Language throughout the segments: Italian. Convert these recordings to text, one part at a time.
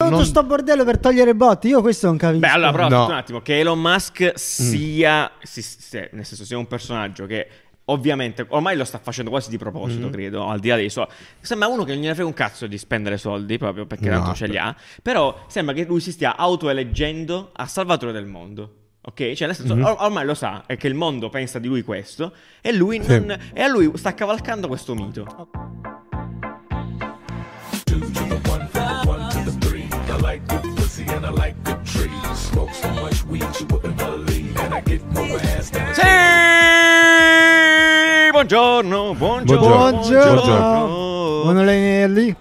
pronto non- sto bordello per togliere i bot. Io questo non capisco. Beh, allora, però, No. Mm. aspetta un attimo, che Elon Musk sia, si- si- nel senso, sia un personaggio che ovviamente ormai lo sta facendo quasi di proposito, Mm-hmm. credo, al di là dei soldi. Sembra uno che non gliene frega un cazzo di spendere soldi proprio perché No, tanto ce li Esatto. ha, però sembra che lui si stia autoeleggendo a salvatore del mondo. Ok? Cioè, nel senso, Mm-hmm. or- ormai lo sa, è che il mondo pensa di lui questo e lui Sì. non- e a lui sta cavalcando questo mito. Sì! Buongiorno, buongiorno, Buongiorno. Buongiorno. Buongiorno. È Lì.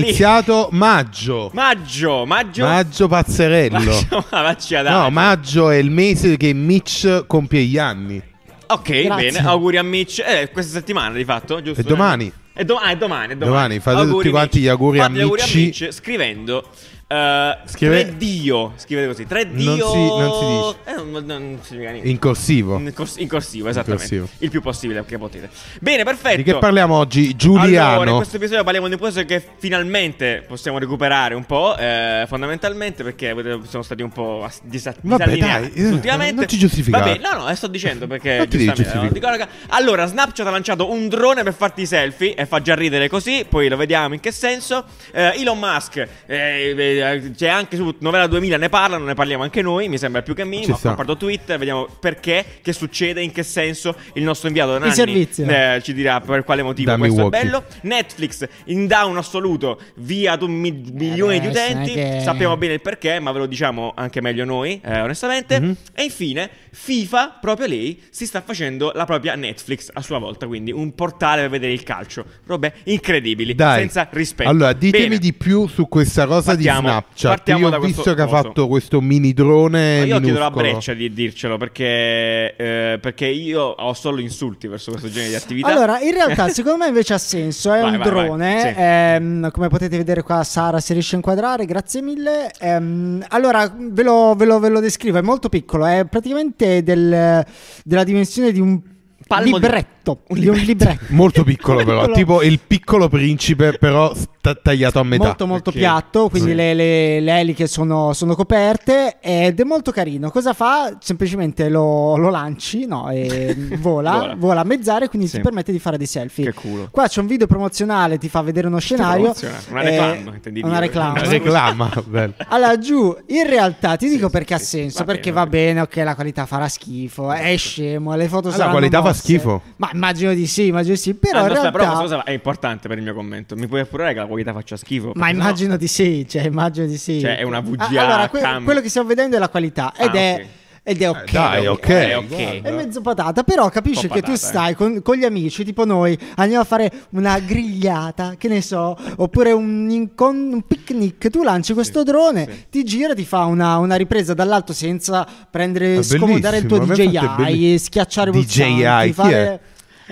iniziato maggio. Maggio, maggio. Maggio pazzerello. Maggio, maggio ad No, agio. maggio è il mese che Mitch compie gli anni. Ok, Grazie. bene. Auguri a Mitch. Eh, questa settimana di fatto, giusto? E domani. E doma- ah, è domani, è domani. Domani, fate tutti quanti Mitch. gli auguri a Fate gli auguri a Mitch. Mitch scrivendo eh, Scrive- tre Dio. Scrivete così: tre Non Dio. si- non si dice. non, non significa niente. In corsivo. In cors- in corsivo, esattamente. corsivo. Il più possibile che potete. Bene, perfetto. Di che parliamo oggi? certo. Allora, in Giuliano. questo episodio parliamo di cose che finalmente possiamo recuperare un po', eh, fondamentalmente perché avete- sono stati un po' as- disa- Vabbè, disallineati dai, eh, ultimamente. non ti giustificare. Vabbè, no, no, eh, sto dicendo perché Non ti devi giustamente, no, giustificare. dico, raga, allora, Snapchat ha lanciato un drone per farti i selfie e fa già ridere così, poi lo vediamo in che senso. Eh, Elon Musk eh, eh, c'è anche su Novella 2000 ne parlano, ne parliamo anche noi, mi sembra più che Ci minimo. sta. Ho comprato Twitter, vediamo perché, che succede, in che senso il nostro inviato Nanni servizio. eh, ci dirà per quale motivo Da questo è Milwaukee. bello. Netflix in down assoluto via ad un mi- milione di adesso utenti. non è che- Sappiamo bene il perché, ma ve lo diciamo anche meglio noi, eh, onestamente. Mhm. E infine, FIFA, proprio lei, si sta facendo la propria Netflix a sua volta, quindi un portale per vedere il calcio. Robe incredibili, Dai. senza rispetto. Allora, ditemi Bene. di più su questa cosa Partiamo- di Snapchat. partiamo Io da ho questo visto che ha coso. fatto questo mini drone. Ma io chiedo la minuscolo. breccia di dircelo perché, eh, perché io ho solo insulti verso questo genere di attività. Allora, in realtà, secondo me invece ha senso. È Vai, un vai, vai. drone. Sì. ehm, come potete vedere qua, Sara si riesce a inquadrare. Grazie mille. Ehm, allora, ve lo, ve lo- ve lo descrivo. È molto piccolo. È praticamente del- della dimensione di un Palmo di- libretto. un di un libretto. Molto piccolo, però. Piccolo. Tipo il piccolo principe, però sta- tagliato a metà. Molto molto Ok. piatto, quindi Sì. le, le- le eliche sono, sono coperte ed è molto carino. Cosa fa? Semplicemente lo, lo lanci, no, e vola, Vola. vola. a mezz'aria, quindi Sì. ti permette di fare dei selfie. Che culo. Qua c'è un video promozionale, ti fa vedere uno scenario. promozionale, una eh, reclam, intendi una dire. reclam. Una Reclama. bello. Allora, giù, in realtà ti dico sì, perché sì, ha senso, va bene, Esatto. Ah, perché va va bene, ok, la qualità farà schifo, è scemo, le foto La saranno qualità fa mosse. schifo. Ma immagino di sì, immagino di sì, però Ah, in no, aspetta, realtà però questa cosa è importante per il mio commento. Mi puoi appurare che la qualità faccia schifo? Ma Perché no- immagino di sì, cioè immagino di sì. Cioè, è una bugia, Ah, Allora, que- cam- quello che stiamo vedendo è la qualità ed Ah, è ok. ed è ok. Dai, ok. Eh, ok. È guarda. mezzo patata, però capisci Un che po' tu patata, eh. stai con, con gli amici, tipo noi, andiamo a fare una grigliata, che ne so, oppure un, incon- un picnic, tu lanci questo drone, ti gira, ti fa una, una ripresa dall'alto senza prendere, È scomodare il tuo bellissimo, a me fate DJI, belli- schiacciare DJI, pulsanti, chi fare- è?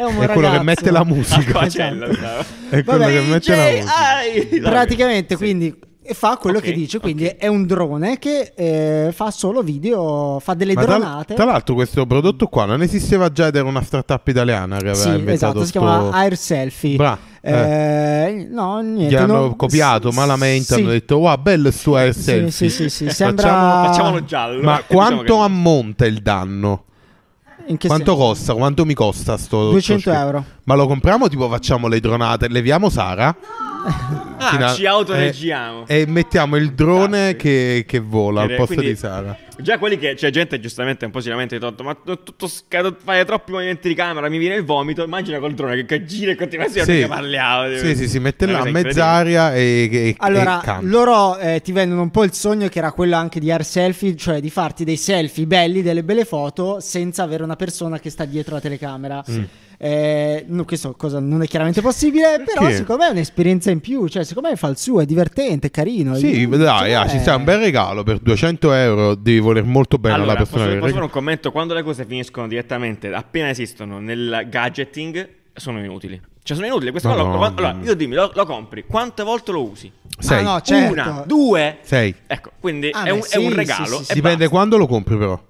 un È quello che ragazzo. mette la Ah, musica. Facella, Esatto. È quello Vabbè, che mette la DJ, musica. ai- Praticamente, quindi fa quello Ok, che dice, ok. quindi è un drone che eh, fa solo video, fa delle Ma tra- dronate. Tra, l'altro, questo prodotto qua non esisteva già ed era una startup italiana che aveva sì, inventato esatto, si chiama sto- Air Selfie. Bra, eh. Eh, no, niente. Gli hanno non- copiato s- sì. malamente, hanno detto wow, bello il suo air Sì, selfie". sì, sì, sì, Facciamo- sembra- Facciamolo giallo. Ma Diciamo quanto che- ammonta il danno? In che quanto senso? costa? Quanto mi costa sto 200 sto schermo? euro. Ma lo compriamo tipo facciamo le dronate, leviamo Sara Ah, Fino a- ci autoreggiamo. e, e mettiamo il drone Fantastico. che, che vola al Eh, posto quindi- di Sara. Già quelli che c'è gente giustamente un po' si lamenta di tutto, ma tu- tutto sca- fai troppi movimenti di camera, mi viene il vomito, immagina col drone che, che gira e continua a dire che parliamo. Sì, sì, si mette Una là a cosa incredibile. mezz'aria e, e, e Allora, canta. loro eh, ti vendono un po' il sogno che era quello anche di air selfie, cioè di farti dei selfie belli, delle belle foto, senza avere una persona che sta dietro la telecamera. Mm. Eh, no, questo cosa non è chiaramente possibile, però Perché? secondo me è un'esperienza in più, cioè secondo me fa il suo, è divertente, è carino. Sì, Io- dai, secondo ah, ci me- sta un bel regalo per 200 euro. Devi voler molto bene allora, alla persona posso, che posso fare regala. un commento? Quando le cose finiscono direttamente, appena esistono nel gadgeting, sono inutili. Cioè, sono inutili. Questo qua lo- Madonna. allora, io dimmi, lo, lo compri, quante volte lo usi? Sei. Ah, no, certo. Una, due. Sei. Ecco, quindi Ah, è, beh, un, è sì, un sì, regalo. sì, e sì. Dipende basta. quando lo compri, però.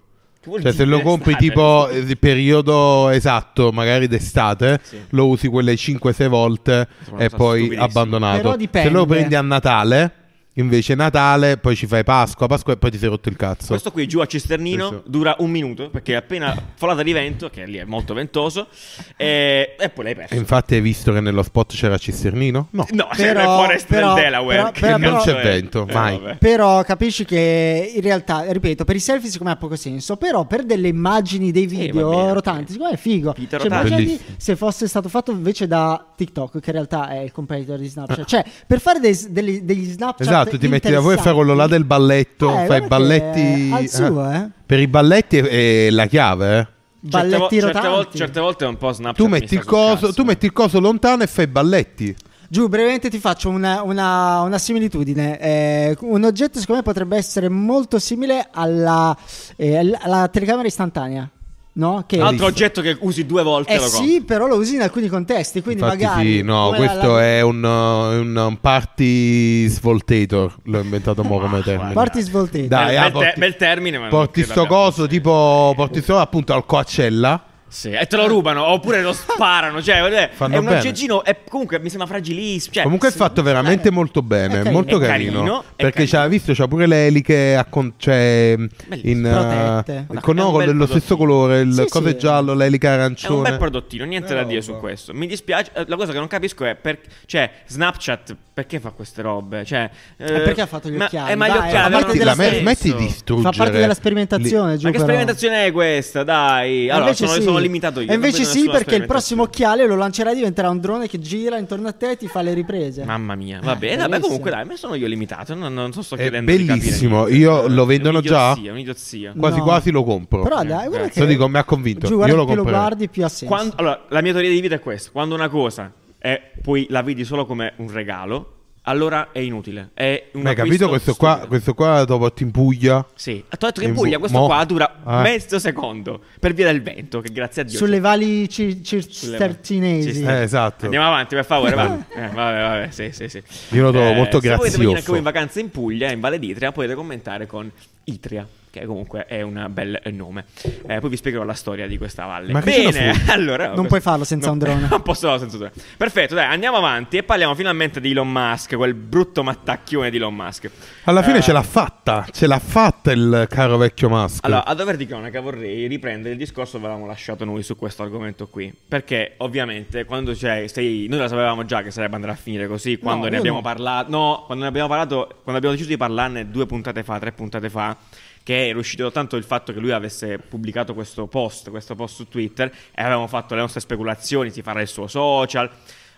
Che vuol Cioè, se dire lo compri estate? tipo eh, il periodo esatto, magari d'estate, Sì. lo usi quelle 5-6 volte Sono una e cosa poi stupidissima. abbandonato. Però Se dipende. lo prendi a Natale, Invece Natale, poi ci fai Pasqua, Pasqua e poi ti sei rotto il cazzo. Questo qui giù a Cisternino Questo. dura un minuto perché appena folata di vento, che lì è molto ventoso, eh, e poi l'hai E perso. infatti hai visto che nello spot c'era Cisternino? No. No, Però- era il forest però- del Delaware. però- che però- cazzo Non c'è è? vento, vai. vabbè. Però capisci che in realtà, ripeto, per i selfie siccome ha poco senso, però per delle immagini dei video va bene, rotanti, sì. siccome è figo. Pita Cioè, rotante. immaginati Bellissimo. se fosse stato fatto invece da TikTok, che in realtà è il competitor di Snapchat. Cioè, per fare dei- degli, degli Snapchat Ah. Esatto, ti metti da voi e fai quello là del balletto, Cioè, Eh, fai guarda balletti... che al suo, eh. Per i balletti è, è la chiave, eh. balletti certe, vo- rotanti. certe volte, certe volte è un po' Snapchat. Tu Cioè, mi metti, sta il sul coso, cazzo. tu metti il coso lontano e fai i balletti. Giù, brevemente ti faccio una, una- una similitudine. Eh, un oggetto, secondo me, potrebbe essere molto simile alla, eh, all- alla telecamera istantanea. No? Che Ah, Altro oggetto che usi due volte eh lo compri. sì, però lo usi in alcuni contesti, quindi Infatti magari... sì, no, come questo la- la- è un, uh, un, um, party svoltator, l'ho inventato mo come termine. Parti svoltati. Dai, Ah, bel, ah, bel te- porti- bel termine, ma non Porti credo sto abbiamo- coso, tipo, porti sto appunto al coaccella. Sì, e te lo rubano oppure lo sparano. Cioè, voglio dire, Fanno è un bene. oggeggino. È, comunque mi sembra fragilissimo. Cioè, Comunque è sì. fatto veramente molto bene, carino. molto È carino, carino, è perché carino. c'ha visto, c'ha pure le eliche a con- cioè, in, uh, Protette. il con È un no, con bel dello stesso prodottino. colore, il Sì, coso sì. è giallo, l'elica È un arancione. bel prodottino, Eh, niente da dire su roba. questo. Mi dispiace. eh, La cosa che non capisco è per- cioè, Snapchat perché fa queste robe? Cioè, eh, perché ha fatto gli ma- occhiali? eh, ma gli Dai, occhiali fa Ma parte avevano smetti, della la- senso. sper- smetti di distruggere Fa parte della sperimentazione, giù, Ma che però. sperimentazione è questa? Dai, E allora invece sono, sì. sono limitato io. E non invece vedo sì, nessuna perché il prossimo sperimentazione. occhiale lo lancerai diventerà un drone che gira intorno a te e ti fa le riprese. Mamma mia, Eh, va bene. Vabbè, bellissimo. comunque, dai, ma sono io limitato. Non, non so, sto È chiedendo. di capire bellissimo, niente. io Eh, lo vendono già? È un'idiozia, un'idiozia. Quasi No. quasi lo compro. Però dai, Eh, guarda grazie. che... Lo dico, mi ha convinto. Giù, guarda Io lo più lo comprerei. guardi, più ha senso. Quando- allora, la mia teoria di vita è questa: quando una cosa è, poi la vedi solo come un regalo, allora è inutile. È un Ma hai acquisto capito questo qua, stupido. questo qua dopo ti in Puglia? Sì, ha detto che in In Puglia bu- questo mo- qua dura Ah. mezzo secondo per via del vento, che grazie a Dio. Sulle valli cir- Sulle- cistercinesi. Sì, Eh, esatto. Andiamo avanti, per favore, va. Eh, vabbè, vabbè, sì, sì, sì. Io lo trovo Eh, molto Se volete venire anche grazioso. voi in vacanza in Puglia, in Valle d'Itria, potete commentare con Itria. Che comunque è un bel eh, nome. Eh, poi vi spiegherò la storia di questa valle. Ma che sono Bene, furbi. allora. Non puoi farlo senza un drone. Non posso farlo senza un drone. Perfetto, dai, andiamo avanti e parliamo finalmente di Elon Musk, quel brutto mattacchione di Elon Musk. Alla fine Eh, ce l'ha fatta, ce l'ha fatta il caro vecchio Musk. allora, a dover di cronaca vorrei riprendere il discorso che avevamo lasciato noi su questo argomento qui. Perché ovviamente quando c'è, sei, noi lo sapevamo già che sarebbe andare a finire così, quando ne io abbiamo no. parlato, no, quando ne abbiamo parlato, quando abbiamo deciso di parlarne due puntate fa, tre puntate fa, che era uscito tanto il fatto che lui avesse pubblicato questo post, questo post su Twitter, e avevamo fatto le nostre speculazioni, si farà il suo social.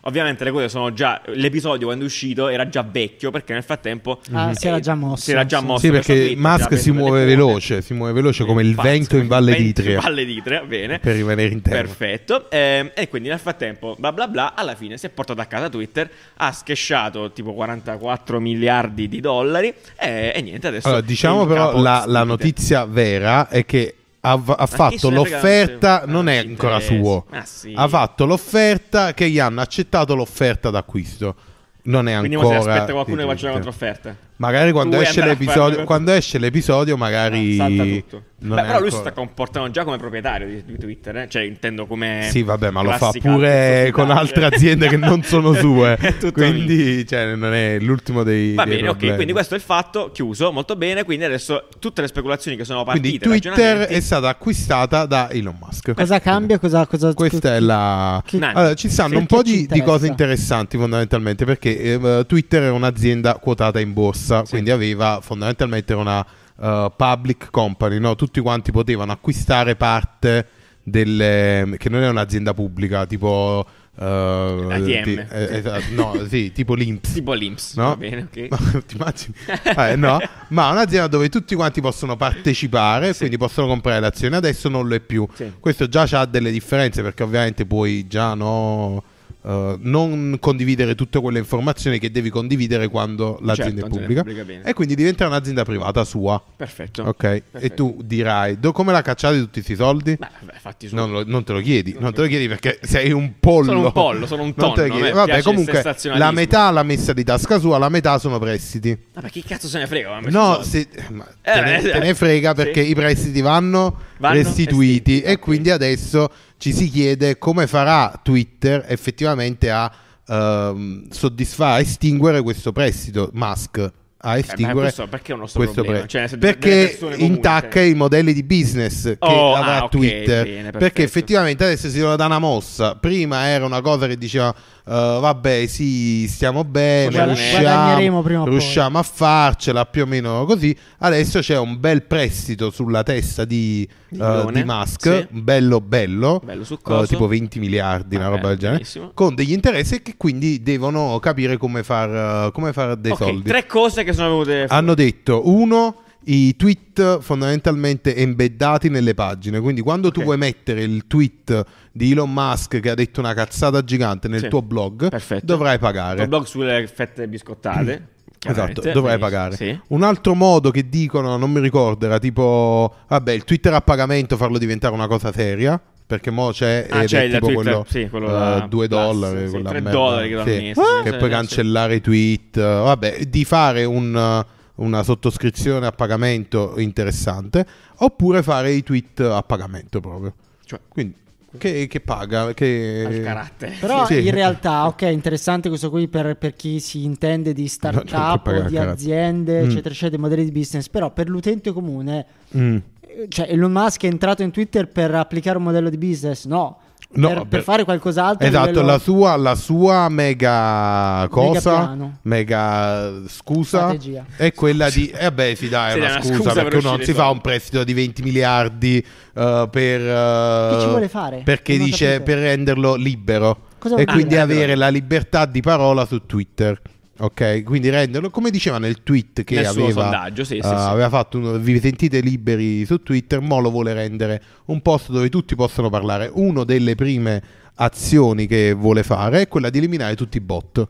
Ovviamente le cose sono già. L'episodio quando è uscito era già vecchio perché nel frattempo Ah, si era già mosso, Si era già sì. mosso sì, questo perché tweet, già Musk preso si delle muove punte. veloce, si muove veloce come il Pazzo, vento come in il Valle vento d'Itria. in Valle d'Itria, bene. Per rimanere in terra. Perfetto. Ehm, e quindi nel frattempo, bla bla bla, alla fine si è portato a casa Twitter, ha schesciato tipo 44 miliardi di dollari e, e niente, adesso... Allora, è diciamo in però capo la, la Twitter. notizia vera è che ha, ha se fatto ne frega, l'offerta, se- non è se ancora interessa. suo, Ah, sì. ha fatto l'offerta che gli hanno accettato l'offerta d'acquisto. Non è Quindi ancora... mo si aspetta qualcuno che di faccia una Twitter. controfferta. Magari quando vuoi esce, andare a fare l'episodio, una- quando esce l'episodio, magari. Ah, salta tutto. non Beh, è però lui si ancora- sta comportando già come proprietario di, di Twitter, eh? cioè intendo come... Sì, vabbè, ma lo fa classica pure autorità, con cioè. altre aziende che non sono sue. È tutto quindi, cioè, non è l'ultimo dei. Va dei bene, ok, problemi. quindi questo è il fatto, chiuso, molto bene, quindi adesso tutte le speculazioni che sono partite, Quindi Twitter ragionamenti- è stata acquistata da Elon Musk. Cosa cambia? Cosa, cosa... Eh. Questa è la. Che- Ah, Allora, ci stanno che- un po' che ci di, di interessa? cose interessanti fondamentalmente perché eh, Twitter è un'azienda quotata in borsa, Sì. quindi aveva fondamentalmente una eh, public company, no? tutti quanti potevano acquistare parte delle... che non è un'azienda pubblica, tipo... eh, ATM. ti- eh, esatto, no, sì, tipo l'Inps. tipo l'Inps, No? va bene, ok. Ma, ti immagini? Eh, no, ma è un'azienda dove tutti quanti possono partecipare, Sì. quindi possono comprare le azioni, adesso non lo è più. Sì. Questo già ha delle differenze perché ovviamente puoi già no, eh, non condividere tutte quelle informazioni che devi condividere quando l'azienda Certo, è pubblica. bene. Certo, E quindi diventa un'azienda privata sua. Perfetto. Ok? E tu dirai, "Do- come la cacciate tutti questi soldi? Beh, vabbè, fatti su. Non, lo- non te lo chiedi, Non non te te lo lo chiedi perché sei un pollo. Sono un pollo, sono un Non te tonno, lo a chiedi. me piace Vabbè, il comunque la sensazionalismo. metà l'ha messa di tasca sua, la metà sono prestiti. Vabbè, chi cazzo se ne frega? ma messo No, soldi. se- ma Eh, te, ne, eh, te ne frega perché sì. i prestiti vanno, Vanno restituiti restituiti, e ok. quindi adesso ci si chiede come farà Twitter effettivamente a ehm, soddisfare, a estinguere questo prestito. Musk a Estigure Eh, questo- perché è un nostro problema? pre- Cioè, se de- delle perché persone comuni, intacca cioè. i modelli di business che Oh, avrà ah, ok, Twitter bene, perfetto. perché effettivamente adesso si dà una mossa prima era una cosa che diceva eh, vabbè sì stiamo bene Guadagneremo. Guadagneremo prima o riusciamo, poi. riusciamo a farcela più o meno così adesso c'è un bel prestito sulla testa di, Di eh, Ilone, di Musk sì. bello bello, Bello su eh, coso. tipo 20 miliardi una Vabbè, roba del genere benissimo. con degli interessi che quindi devono capire come far, eh, come far dei Ok, soldi tre cose che sono venute fuori. hanno detto uno i tweet fondamentalmente embeddati nelle pagine quindi quando Ok. tu vuoi mettere il tweet di Elon Musk che ha detto una cazzata gigante nel Sì. tuo blog Perfetto. dovrai Il pagare tuo blog sulle fette biscottate. Esatto, chiaramente. dovrai Benissimo. pagare. Sì. Un altro modo che dicono, non mi ricordo, era tipo, vabbè, il Twitter a pagamento farlo diventare una cosa seria, perché mo c'è, Ah, ed c'è è il tipo Twitter, quello, sì, quello da- Plus, 2 dollari, sì, quella tre merda, dollari che danno sì, Ah, adesso, che sì, puoi sì. cancellare i tweet, eh, vabbè, di fare un, una sottoscrizione a pagamento interessante, oppure fare i tweet a pagamento proprio. Cioè, Quindi, che, che paga, che... al carattere. Però Sì. in realtà, ok, interessante questo qui per, per chi si intende di Non c'è startup, che pagare o di a cazzo. aziende, Mm. eccetera, eccetera, dei modelli di business. Però per l'utente comune, Mm. eh, cioè Elon Musk è entrato in Twitter per applicare un modello di business? No, No, per, vabbè. per fare qualcos'altro. a Esatto, livello- la, sua, la sua mega cosa, piano. mega, scusa, Strategia. è quella di, eh beh sì dai, è Sì, una, è una scusa, scusa per perché uno non uscire si fa fuori. un prestito di 20 miliardi eh, per... eh, Che ci vuole fare? Perché Non ho dice, capito. per renderlo libero Cosa e vuol quindi dire? avere la libertà di parola su Twitter. Ok, quindi renderlo come diceva nel tweet che Nel suo aveva, sondaggio, sì, sì, eh, sì. aveva fatto uno, vi sentite liberi su Twitter, mo lo vuole rendere un posto dove tutti possono parlare. Una delle prime azioni che vuole fare è quella di eliminare tutti i bot.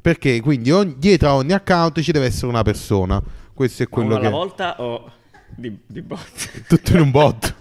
Perché quindi ogni- dietro a ogni account ci deve essere una persona. Questo è Uno quello alla che volta o di, di bot? tutto in un bot.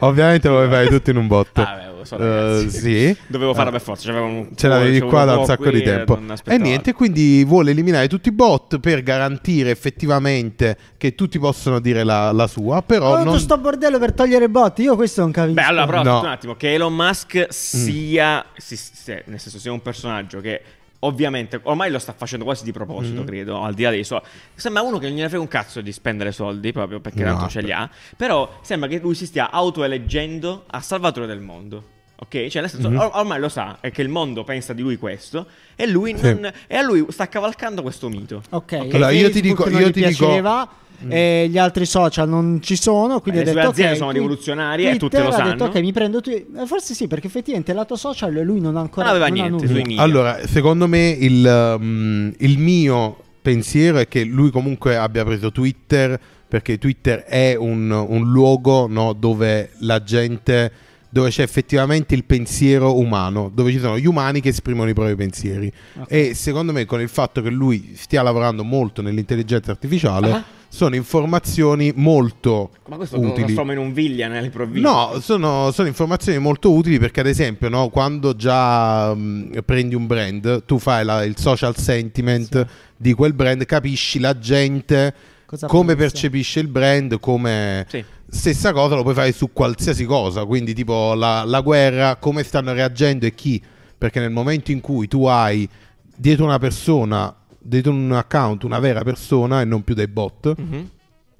Ovviamente lo vuoi fare tutto in un bot. Ah, beh, lo so, Eh, ragazzi. sì. Dovevo farla Eh, per forza. C'avevo un Ce l'avevi c'avevo qua da un po' sacco qui di e tempo. non E aspettavo niente, quindi vuole eliminare tutti i bot per garantire effettivamente che tutti possono dire la, la sua, però Ho tutto non... sto "Oh, bordello per togliere botti. Io questo non capisco. Beh, allora, però, No. Mm. aspetta un attimo, che Elon Musk sia, si- si- nel senso, sia un personaggio che ovviamente ormai lo sta facendo quasi di proposito, Mm. credo, al di là dei soldi. Sembra uno che non gliene frega un cazzo di spendere soldi proprio perché No, tanto ce li ha, però sembra che lui si stia autoeleggendo a salvatore del mondo. Ok? Cioè, nel senso, Mm-hmm. or- ormai lo sa è che il mondo pensa di lui questo e lui Sì. non- e a lui sta cavalcando questo mito. Ok, Allora, io ti Facebook dico- non io gli ti dico- Mm. piaceva, eh, gli altri social non ci sono, quindi Eh, Le ha sue detto, aziende ok, sono qui- rivoluzionarie e tutte Twitter lo ha sanno. detto, ok, mi prendo tu- eh, forse sì, perché effettivamente lato social lui non ha ancora Non aveva ha niente nulla. sui media. Allora, secondo me il, mm, il mio pensiero è che lui comunque abbia preso Twitter perché Twitter è un, un luogo no, dove la gente dove c'è effettivamente il pensiero umano, dove ci sono gli umani che esprimono i propri pensieri. Ok. E secondo me con il fatto che lui stia lavorando molto nell'intelligenza artificiale, Ah. sono informazioni molto Ma questo lo utili. trasforma in un villain all'improvviso. No, sono, sono informazioni molto utili perché ad esempio no, quando già mh, prendi un brand, tu fai la- il social sentiment di quel brand, capisci la gente, Cosa come pensa? percepisce il brand, come... Sì. Stessa cosa lo puoi fare su qualsiasi cosa, quindi tipo la, la guerra, come stanno reagendo e chi, perché nel momento in cui tu hai dietro una persona, dietro un account, una vera persona e non più dei bot, Mhm. Mm.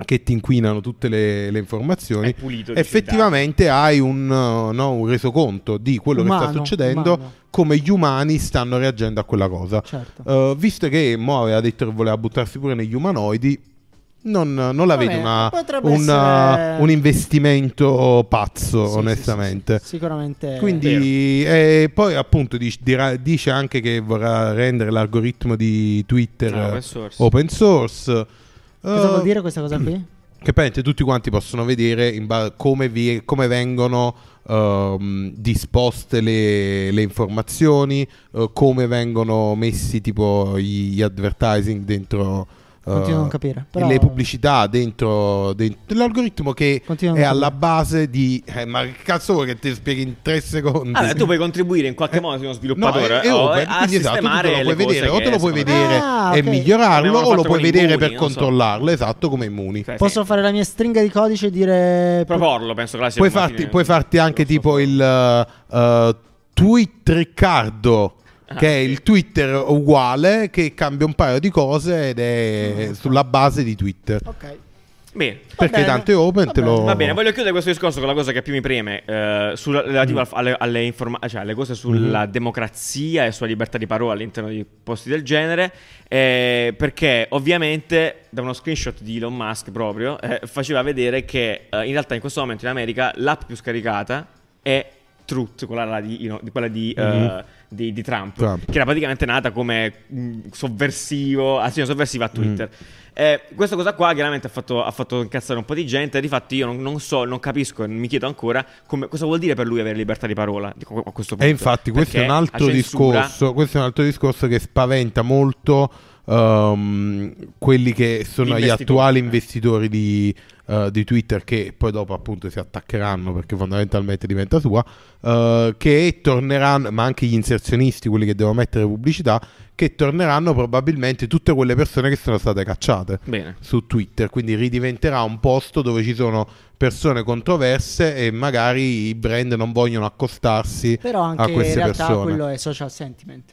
che ti inquinano tutte le, le informazioni, È Eh. pulito, dici, effettivamente hai un, eh, no, un resoconto di quello che sta Umano, succedendo, umano. come gli umani stanno reagendo a quella cosa. Certo. Eh, visto che Mo aveva detto che voleva buttarsi pure negli umanoidi, non, non la Vabbè, vedo una- potrebbe un, essere- eh, un investimento pazzo, Sì, sì, onestamente. sì, sì, sicuramente. Quindi, eh, poi appunto dice, dirà- dice anche che vorrà rendere l'algoritmo di Twitter Ah, eh, open source. open source. cosa Eh, vuol dire questa cosa qui? Eh, che praticamente tutti quanti possono vedere in ba- come, vi- come vengono ehm, disposte le, le informazioni, eh, come vengono messi tipo gli, gli advertising dentro. eh, Continuo a non capire, però- Le pubblicità dentro, dentro l'algoritmo che Continuo a è non alla capire. base di. eh, ma che cazzo vuoi che ti spieghi in tre secondi? Ah, beh, tu puoi contribuire in qualche Eh, modo se sei uno No, è, sviluppatore è o open, a quindi esatto, tu sistemare te lo le puoi vedere, cose o te che lo puoi secondo vedere Ah, e ok. migliorarlo, Abbiamo o lo fatto puoi con i vedere muri, per non so. controllarlo, esatto, come immuni. Cioè, Posso sì, fare la mia stringa di codice e dire... proporlo, penso che la sia puoi una farti, fine- eh, puoi farti anche non so. tipo il eh, tweet Riccardo Ah, che è il Twitter uguale che cambia un paio di cose ed Ah, è sulla base di Twitter. Ok. Bene. Perché bene, tanto è open, va te bene. lo... Va bene, voglio chiudere questo discorso con la cosa che più mi preme, eh, sulla- relativa al- alle, alle informa- cioè alle cose sulla democrazia e sulla libertà di parola all'interno di posti del genere, eh, perché ovviamente da uno screenshot di Elon Musk proprio eh, faceva vedere che eh, in realtà in questo momento in America l'app più scaricata è Truth, quella là di, Elon- di- quella di, eh, Mhm. di- di Trump, Trump. che era praticamente nata come mh, sovversivo, azione sovversiva a Mm. Twitter. Eh, questa cosa qua chiaramente ha fatto, ha fatto incazzare un po' di gente. Difatti, io non, non so, non capisco, mi chiedo ancora come- cosa vuol dire per lui avere libertà di parola. dico, a questo punto. E infatti questo è un Perché altro la censura- discorso, questo è un altro discorso che spaventa molto ehm, quelli che sono gli Investitori, attuali eh. investitori di, eh, di Twitter che poi dopo appunto si attaccheranno perché fondamentalmente diventa sua, eh, che torneranno, ma anche gli inserzionisti, quelli che devono mettere pubblicità, che torneranno probabilmente tutte quelle persone che sono state cacciate Bene. su Twitter, quindi ridiventerà un posto dove ci sono persone controverse e magari i brand non vogliono accostarsi Però a anche in queste realtà persone. quello è social sentiment.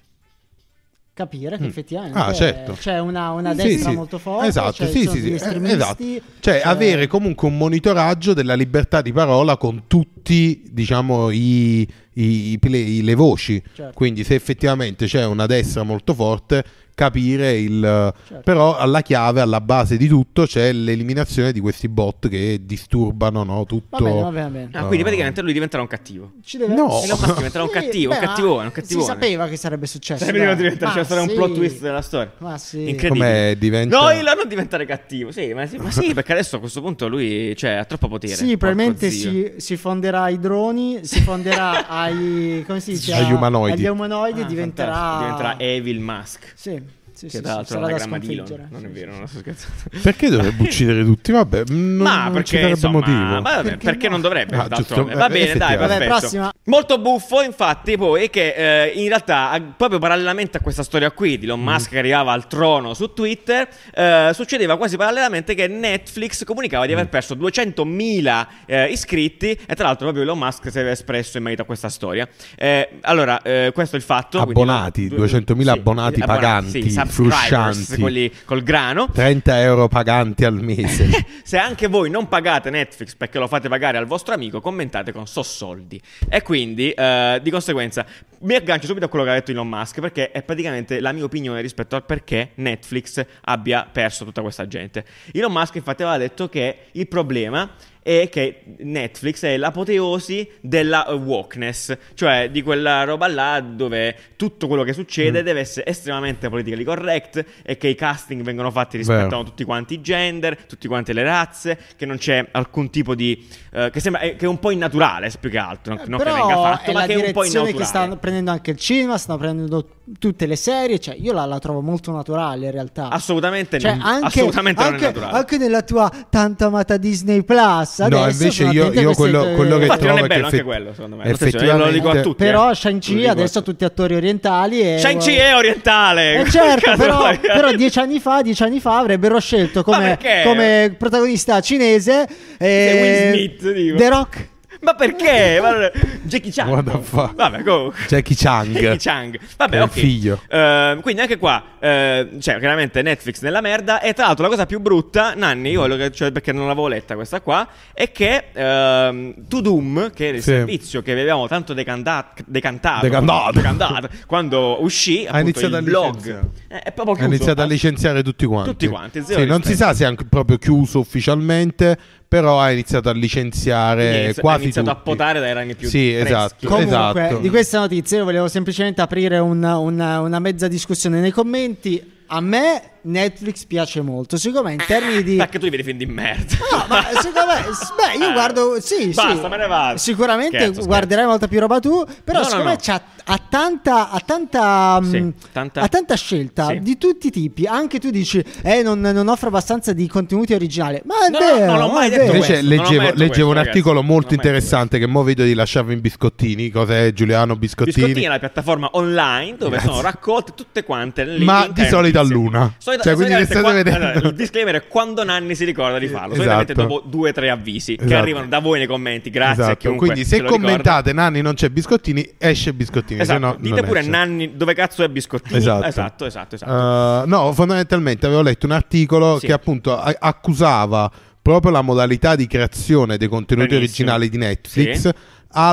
Capire che effettivamente Ah, certo. c'è una, una Sì, destra sì. molto forte, Esatto, cioè, sì, ci sono sì, degli sì, eh, estremisti, esatto. Cioè, avere comunque un monitoraggio della libertà di parola con tutti, diciamo, i, i- i play- le voci. Certo. Quindi se effettivamente c'è una destra molto forte, capire il... Certo. Però alla chiave, alla base di tutto, c'è l'eliminazione di questi bot che disturbano no, Va tutto... bene, va bene, va bene. Ah, quindi praticamente lui diventerà un cattivo. Ci deve Eh. No. essere- Elon Musk diventerà un cattivo, un ma cattivone, un cattivone. Si sapeva che sarebbe successo. Sarebbe dai. diventare, Ma cioè, sarà un Eh, sì. plot twist della storia. Ma sì. Com'è, Incredibile. diventa- No, Elon non diventare cattivo. Sì, ma sì, ma sì, perché adesso a questo punto lui cioè, ha troppo potere. Sì, probabilmente Porco zio. si, si fonderà ai droni, si fonderà ai come si dice, Agli a- umanoidi. agli umanoidi e Ah, diventerà fantastico. diventerà Evil Musk. Sì, sì, Che sì, tra sì, l'altro è sarà una da gramma di sconfiggere. Elon. Non Sì, è sì, vero, sì. non sto scherzando. Perché dovrebbe uccidere tutti? Vabbè, non, Ma non ci perché, sarebbe insomma, motivo. ma vabbè, Perché perché no? non dovrebbe? Ah, d'altronde. giusto, va eh, bene, dai, effettivamente. Vabbè, perfetto. prossima. Molto buffo, infatti, poi che eh, in realtà, a- proprio parallelamente a questa storia qui di Elon Mm. Musk che arrivava al trono su Twitter, eh, succedeva quasi parallelamente che Netflix comunicava Mm. di aver perso 200.000 eh, iscritti e tra l'altro proprio Elon Musk si aveva espresso in merito a questa storia. Eh, allora, eh, questo è il fatto. quindi- Abbonati, du- 200.000 abbonati paganti, sì, subscribers, fruscianti. quelli col grano. 30 euro paganti al mese. Se anche voi non pagate Netflix perché lo fate pagare al vostro amico, commentate con so soldi. E quindi, eh, di conseguenza, mi aggancio subito a quello che ha detto Elon Musk perché è praticamente la mia opinione rispetto al perché Netflix abbia perso tutta questa gente. Elon Musk infatti aveva detto che il problema è che Netflix è l'apoteosi della wokeness, cioè di quella roba là dove tutto quello che succede deve essere estremamente politically correct e che i casting vengono fatti rispetto Vero. a tutti quanti i gender, tutti quanti le razze, che non c'è alcun tipo di... eh, che sembra eh, che è un po' innaturale, più che altro, non, non che Eh, Però venga fatto, è ma la che è un po' direzione innaturale. che stanno prendendo anche il cinema, stanno prendendo tutte le serie, cioè io la, la trovo molto naturale in realtà. Assolutamente, Cioè, no, anche, assolutamente non anche- è naturale. anche nella tua tanto amata Disney Plus. No, adesso invece sono io- attento a io queste quello- due- quello che Infatti non trovo è bello che anche effe- quello, secondo me. Nel senso, io lo dico a effettivamente- tutti. Però eh. Lo Shang-Chi dico a adesso tutti. tutti attori orientali e Shang-Chi è orientale. Eh certo, Cazzo, però, ragazzi. però dieci anni fa, dieci anni fa avrebbero scelto Ma come, perché? come protagonista cinese eh, Will Smith, dico. The Rock. Ma perché? Guarda, Jackie Chan. What the fuck? Vabbè, comunque. Jackie Chang. Jackie Chang. Vabbè, Che è il ok. figlio. Eh, quindi anche qua, eh, cioè, chiaramente Netflix nella merda. E tra l'altro la cosa più brutta, Nanni, io voglio che- cioè, perché non l'avevo letta questa qua, è che ehm, To Doom, che è il Sì. servizio che avevamo tanto decanda- decantato, Decantato. decantato, quando uscì, Ha appunto, iniziato il a blog. licenziare. Eh, È proprio Ha chiuso. iniziato a Ah. licenziare tutti quanti. Tutti quanti, zero Sì, non rispetto. si sa se è anche proprio chiuso ufficialmente, però ha iniziato a licenziare Quindi ha inizi- ha quasi iniziato a tutti. potare dai rami più Sì, freschi. esatto. Comunque, esatto. di questa notizia io volevo semplicemente aprire un- una, una mezza discussione nei commenti. A me Netflix piace molto, siccome in termini di... Perché tu li vedi film di merda. Eh, No, ma secondo me, s- beh, io guardo, sì, Basta, sì. me ne vado. Sicuramente Scherzo, scherzo. guarderai molta più roba tu, però No, no, secondo no. me c'ha- ha tanta, ha tanta, Sì, mh, tanta- ha tanta scelta Sì. di tutti i tipi. Anche tu dici, eh, non, non offro abbastanza di contenuti originali, ma è No, no, vero, non l'ho mai è detto vero. Invece questo, non ho leggevo, mai detto leggevo un questo, articolo ragazzi. molto Non ho mai detto interessante che mo vedo di lasciarvi in biscottini. Cos'è Giuliano Biscottini? Biscottini è la piattaforma online dove sono raccolte tutte quante le Ma interne di solito a notizie. luna. solita- Cioè, quindi solitamente le state qua- vedendo. allora, il disclaimer è quando Nanni si ricorda di farlo. Solitamente Esatto. dopo due o tre avvisi che Esatto. arrivano da voi nei commenti. Grazie a Esatto. chiunque. Quindi se se lo ricorda. commentate Nanni non c'è biscottini, esce biscottini. Esatto. se no Dite non pure esce. Nanni dove cazzo è Biscottini. Esatto. esatto, esatto. esatto. Eh, no, fondamentalmente avevo letto un articolo Sì. che appunto a- accusava proprio la modalità di creazione dei contenuti Benissimo. originali di Netflix Sì.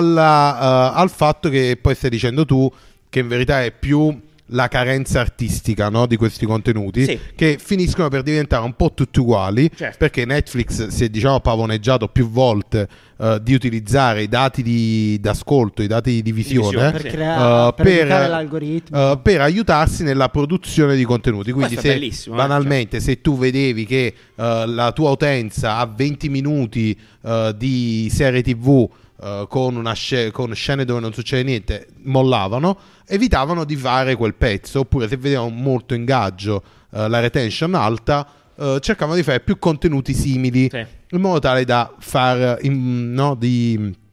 alla, eh, al fatto che poi stai dicendo tu che in verità è più la carenza artistica no, di questi contenuti Sì. che finiscono per diventare un po' tutti uguali Certo. perché Netflix si è diciamo pavoneggiato più volte eh, di utilizzare i dati di, d'ascolto, i dati di visione, visione, per Sì. creare eh, per evitare l'algoritmo. eh, per aiutarsi nella produzione di contenuti. Quindi, Questo è se, bellissimo, eh, banalmente, se tu vedevi che eh, la tua utenza ha 20 minuti eh, di serie TV. eh, Con, una sce- con scene dove non succede niente, mollavano, evitavano di fare quel pezzo, oppure se vedevano molto ingaggio, eh, la retention alta, eh, cercavano di fare più contenuti simili, Sì. in modo tale da far in- no, di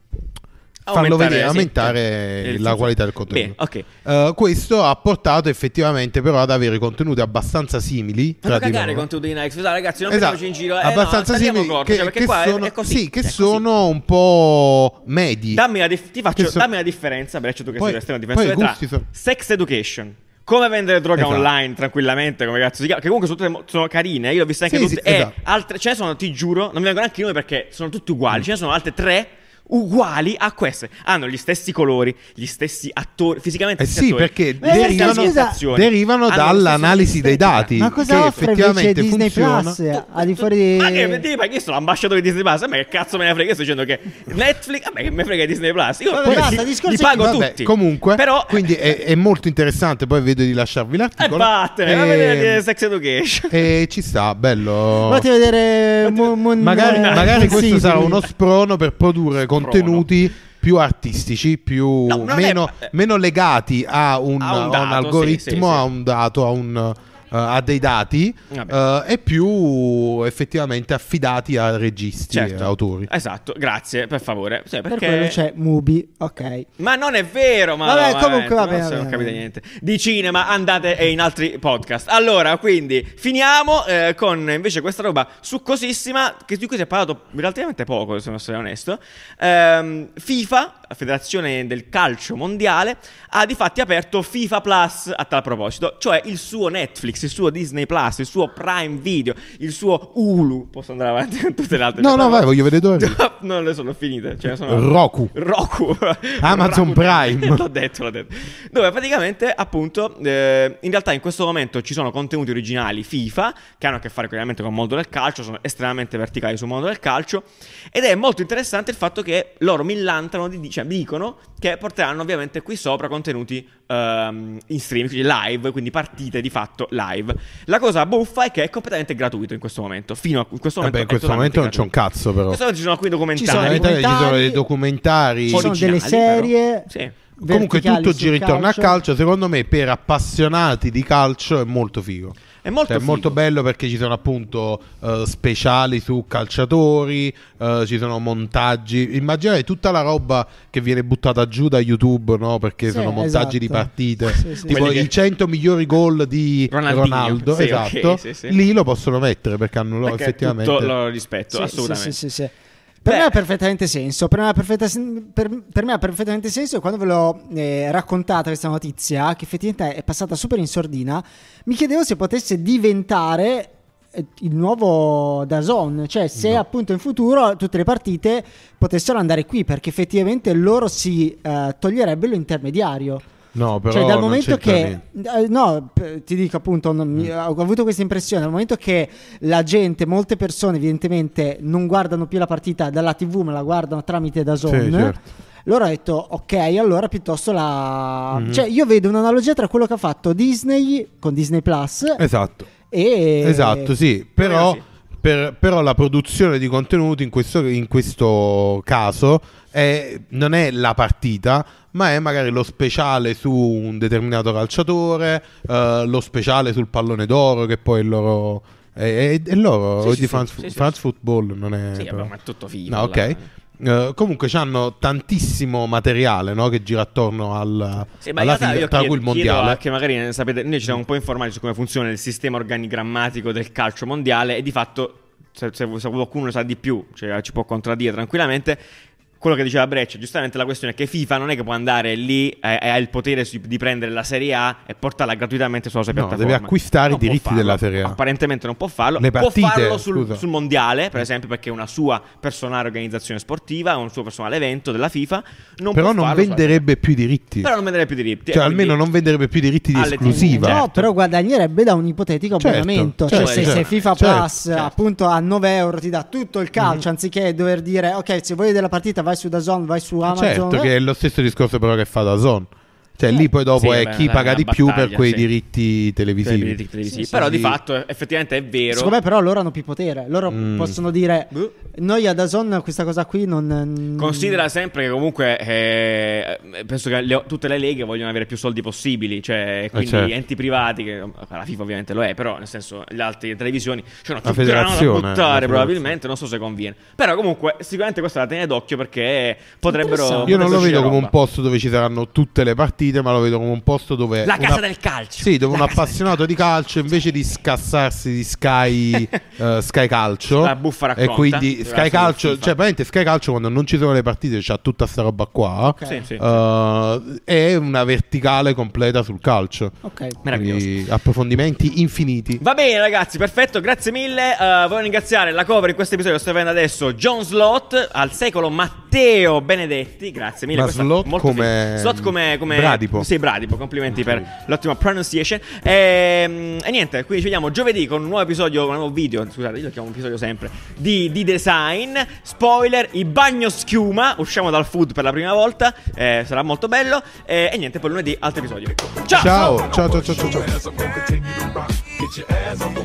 farlo vedere, sì. aumentare Eh, la sì, qualità del sì. contenuto. Beh, ok. Eh, questo ha portato effettivamente però ad avere contenuti abbastanza simili Fanno tra di cagare loro. i contenuti di Nike. Scusate, ragazzi, non Esatto, prendiamoci in giro. Eh, no, abbastanza tagliamo simili corto, che, cioè, perché che qua è- sono, è così, sì, che è così. sono un po' medi. Dammi la, dif- ti faccio, Che so- dammi la differenza, Breccio, tu che Poi- sei l'esterno poi difensore i tra gusti sono- sex education. Come vendere droga Esatto. online tranquillamente, come cazzo si chiama? Che comunque sono, tutte mo- sono carine, io le ho viste anche Sì, tutte. sì, e esatto. altre, ce ne sono, ti giuro, non mi vengono neanche i nomi perché sono tutti Mm. uguali. Ce ne sono altre tre uguali a queste. Hanno gli stessi colori, gli stessi attori, fisicamente Eh gli sì, attori. perché le stesse derivano- ambientazioni, derivano hanno la dall'analisi stessa dei estetica. dati. Ma che cosa offre invece effettivamente Disney funziona. Plus? Eh, Al di fuori di Ah, che, ti- ma io sono l'ambasciatore di Disney Plus. A me che cazzo me ne frega? Io sto dicendo che Netflix. A me che me frega Disney Plus. Io Vabbè, poi basta, li, discorsi li pago Vabbè, tutti. Comunque, però. quindi è, è molto interessante. Poi vedo di lasciarvi E l'articolo. Ehm, vattene, va a vedere Sex Education. e ci sta, bello. Fate vedere Mon- Mon- Oh. Magari, eh, magari Mon questo City. sarà uno sprono per produrre Sprono. contenuti più artistici, più, No, non è- meno, meno legati a un, A un a un dato, algoritmo, sì, sì, sì. a un dato, a, un, eh, a dei dati Vabbè. eh, e più effettivamente affidati a registi e autori. Esatto, grazie, per favore. Sì, Per perché... quello c'è Mubi, ok. Ma non è vero, ma Vabbè, no, comunque, veramente, vabbè, non, so, vabbè, non capite vabbè. niente. Di cinema andate eh, in altri podcast. Allora, quindi finiamo eh, con invece questa roba succosissima che di cui si è parlato relativamente poco, se non sono onesto. Ehm, FIFA, la Federazione del Calcio Mondiale, ha di fatti aperto FIFA Plus a tal proposito, cioè il suo Netflix, il suo Disney Plus, il suo Prime Video, il suo Hulu. Posso andare avanti con tutte le altre No, no, parole? vai, voglio vedere dove. No, le sono finite. Cioè sono... Roku. Roku. Amazon Rakuten. Prime. l'ho detto, l'ho detto. Dove praticamente, appunto, eh, in realtà in questo momento ci sono contenuti originali FIFA che hanno a che fare chiaramente con il mondo del calcio, sono estremamente verticali sul mondo del calcio. Ed è molto interessante il fatto che loro millantano, di, cioè dicono che porteranno ovviamente qui sopra contenuti ehm, in streaming, quindi live, quindi partite di fatto live. La cosa buffa è che è completamente gratuito in questo momento. Fino a in questo momento, Vabbè, in è questo totalmente momento non c'è un gratuito. cazzo, però. In questo momento ci sono qui documentari. sono Veramente, Ci sono dei documentari. Ci sono delle Originali, però. serie. Sì. Comunque verticali tutto sul gira intorno calcio. a calcio, secondo me per appassionati di calcio è molto figo. È molto Cioè, è figo. molto bello perché ci sono appunto eh, speciali su calciatori, eh, ci sono montaggi. Immaginate tutta la roba che viene buttata giù da YouTube, no? Perché Sì, sono montaggi esatto. di partite. Sì, sì. Tipo Quelli che- i 100 migliori gol di Ronaldinho. Ronaldo, Sì, ok, esatto. sì, sì. Lì lo possono mettere perché hanno Perché è effettivamente tutto lo rispetto, Sì, assolutamente. sì, sì, sì, sì. Per Beh. me ha perfettamente senso. Per me, ha perfetta- per- per me ha perfettamente senso. E quando ve l'ho eh, raccontata questa notizia, che effettivamente è passata super in sordina, mi chiedevo se potesse diventare eh, il nuovo Dazon. Cioè, se No. appunto in futuro tutte le partite potessero andare qui, perché effettivamente loro si eh, toglierebbero l'intermediario. No, però cioè, dal non momento c'entra che, niente. Mm. eh, no, p- ti dico appunto, non- mi- ho avuto questa impressione. Dal momento che la gente, molte persone, evidentemente, non guardano più la partita dalla TV, ma la guardano tramite da Zone. Sì, certo. Loro hanno detto, ok, allora piuttosto la. Mhm. Cioè, io vedo un'analogia tra quello che ha fatto Disney con Disney Plus Esatto. e. Esatto, sì, però, Ragazzi. per- però la produzione di contenuti in questo, in questo caso è- non è la partita, ma è magari lo speciale su un determinato calciatore, eh, lo speciale sul pallone d'oro che poi è il loro... È, è- è loro, Sì, sì, oggi sì, France, sì, sì, France sì. Football non è... Sì, vabbè, Eh, però. ma è tutto figo. No, ok. alla- Eh, comunque hanno tantissimo materiale no, che gira attorno al, Sì, ma in alla realtà fine, io tra chiedo- cui il chiedo mondiale. Che magari eh, sapete, noi ci siamo un po' informati su come funziona il sistema organigrammatico del calcio mondiale e di fatto, se, se- se qualcuno ne sa di più, cioè, ci può contraddire tranquillamente. Quello che diceva Breccia, giustamente la questione è che FIFA non è che può andare lì eh, e ha il potere su- di prendere la Serie A e portarla gratuitamente sulla sua No, piattaforma. deve acquistare i Non può diritti farlo. della Serie A. Apparentemente non può farlo. Le partite, può farlo sul, scusa. sul mondiale, per esempio, perché è una sua personale organizzazione sportiva, un suo personale evento della FIFA. Non Però può non farlo sulla- venderebbe più i diritti. Però non venderebbe più diritti. cioè, eh, quindi- almeno non venderebbe più i diritti di Alle TV, esclusiva. certo. No, però guadagnerebbe da un ipotetico Certo, abbonamento. certo, cioè, se, certo, se FIFA certo. Mm-hmm. Plus Certo. appunto a 9 euro ti dà tutto il calcio, anziché dover dire ok, se vuoi vedere la partita vai su Dazon, vai su Amazon. Certo, eh, che è lo stesso discorso però che fa da Zone. Cioè, Eh. lì poi dopo Sì, è vabbè, chi la- paga la di più per battaglia, quei sì. diritti televisivi. Televisivi, televisivi. Sì, sì, Però sì. di fatto eh, effettivamente è vero. Secondo me però loro hanno più potere. Loro Mm. possono dire Boh. noi a Dazon questa cosa qui mm, non mm, Considera sempre che comunque eh, penso che le- tutte le leghe vogliono avere più soldi possibili, cioè quindi certo. enti privati che la FIFA ovviamente lo è, però nel senso le altre televisioni cioè, La hanno tutto da federazione, la buttare federazione. probabilmente, non so se conviene. Però comunque sicuramente questa la tenere d'occhio perché potrebbero Interessante. Io non potrebbe lo uscire vedo come roba. un posto dove ci saranno tutte le partite, ma lo vedo come un posto dove. la casa una- del calcio. Sì, dove La casa un del appassionato di calcio invece di scassarsi di Sky, eh, Sky Calcio. La buffa racconta. E quindi Grazie Sky per Calcio, FIFA. cioè praticamente Sky Calcio quando non ci sono le partite c'ha tutta sta roba qua. Ok. Sì, sì. eh, è una verticale completa sul calcio. Ok. Meraviglioso. Quindi approfondimenti infiniti. Va bene ragazzi, perfetto, grazie mille. Eh, voglio ringraziare la cover in questo episodio, sto avendo adesso John Slot, al secolo Matteo Benedetti, grazie mille. Ma questa- Slot molto come- figa. Slot come, come... Bradipo. Sì, Bradipo, complimenti per l'ottima pronunciation. Ehm, E, niente, quindi ci vediamo giovedì con un nuovo episodio, un nuovo video, scusate, io lo chiamo un episodio sempre, di, di design. Spoiler, i bagno schiuma, usciamo dal food per la prima volta, eh, sarà molto bello. Eh, e niente, poi lunedì altro episodio. Ciao! Ciao, ciao, ciao, ciao, ciao. ciao. ass, I'm gonna continue to rock. Get your ass up.